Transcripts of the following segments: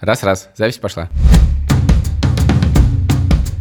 Раз-раз, запись пошла.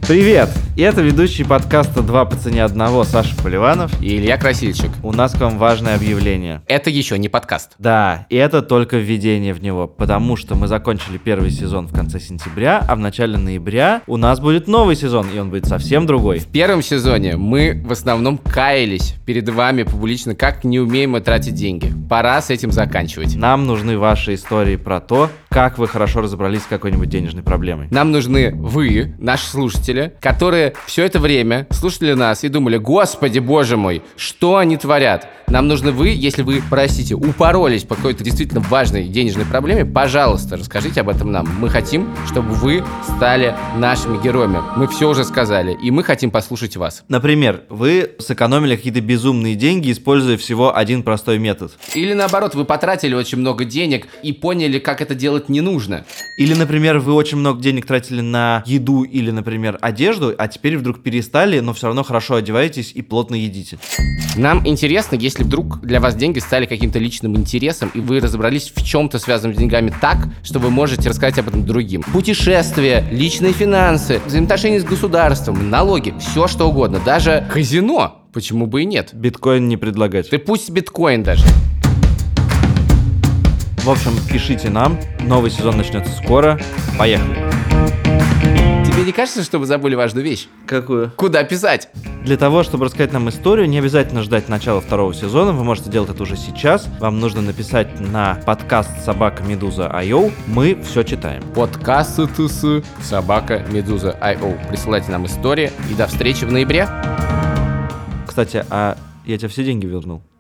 Привет! Это ведущий подкаста «Два по цене одного» Саша Поливанов. И Илья Красильчик. У нас к вам важное объявление. Это еще не подкаст. Да, и это только введение в него, потому что мы закончили первый сезон в конце сентября, а в начале ноября у нас будет новый сезон, и он будет совсем другой. В первом сезоне мы в основном каялись перед вами публично, как не умеем мы тратить деньги. Пора с этим заканчивать. Нам нужны ваши истории про то, как вы хорошо разобрались с какой-нибудь денежной проблемой. Нам нужны вы, наши слушатели, которые все это время слушали нас и думали, господи, боже мой, что они творят? Нам нужны вы, если вы, простите, упоролись по какой-то действительно важной денежной проблеме, пожалуйста, расскажите об этом нам. Мы хотим, чтобы вы стали нашими героями. Мы все уже сказали, и мы хотим послушать вас. Например, вы сэкономили какие-то безумные деньги, используя всего один простой метод. Или наоборот, вы потратили очень много денег и поняли, как это делать не нужно. Или, например, вы очень много денег тратили на еду или, например, одежду, а теперь вдруг перестали, но все равно хорошо одеваетесь и плотно едите. Нам интересно, если вдруг для вас деньги стали каким-то личным интересом, и вы разобрались в чем-то связанном с деньгами так, что вы можете рассказать об этом другим. Путешествия, личные финансы, взаимоотношения с государством, налоги, все что угодно, даже казино. Почему бы и нет? Биткоин не предлагать. Да пусть биткоин даже. В общем, пишите нам. Новый сезон начнется скоро. Поехали. Тебе не кажется, что вы забыли важную вещь? Какую? Куда писать? Для того, чтобы рассказать нам историю, не обязательно ждать начала второго сезона, вы можете делать это уже сейчас. Вам нужно написать на подкаст собака медуза Айо. Мы все читаем. Подкаст ТС собака медуза IO. Присылайте нам истории и до встречи в ноябре. Кстати, а я тебе все деньги вернул.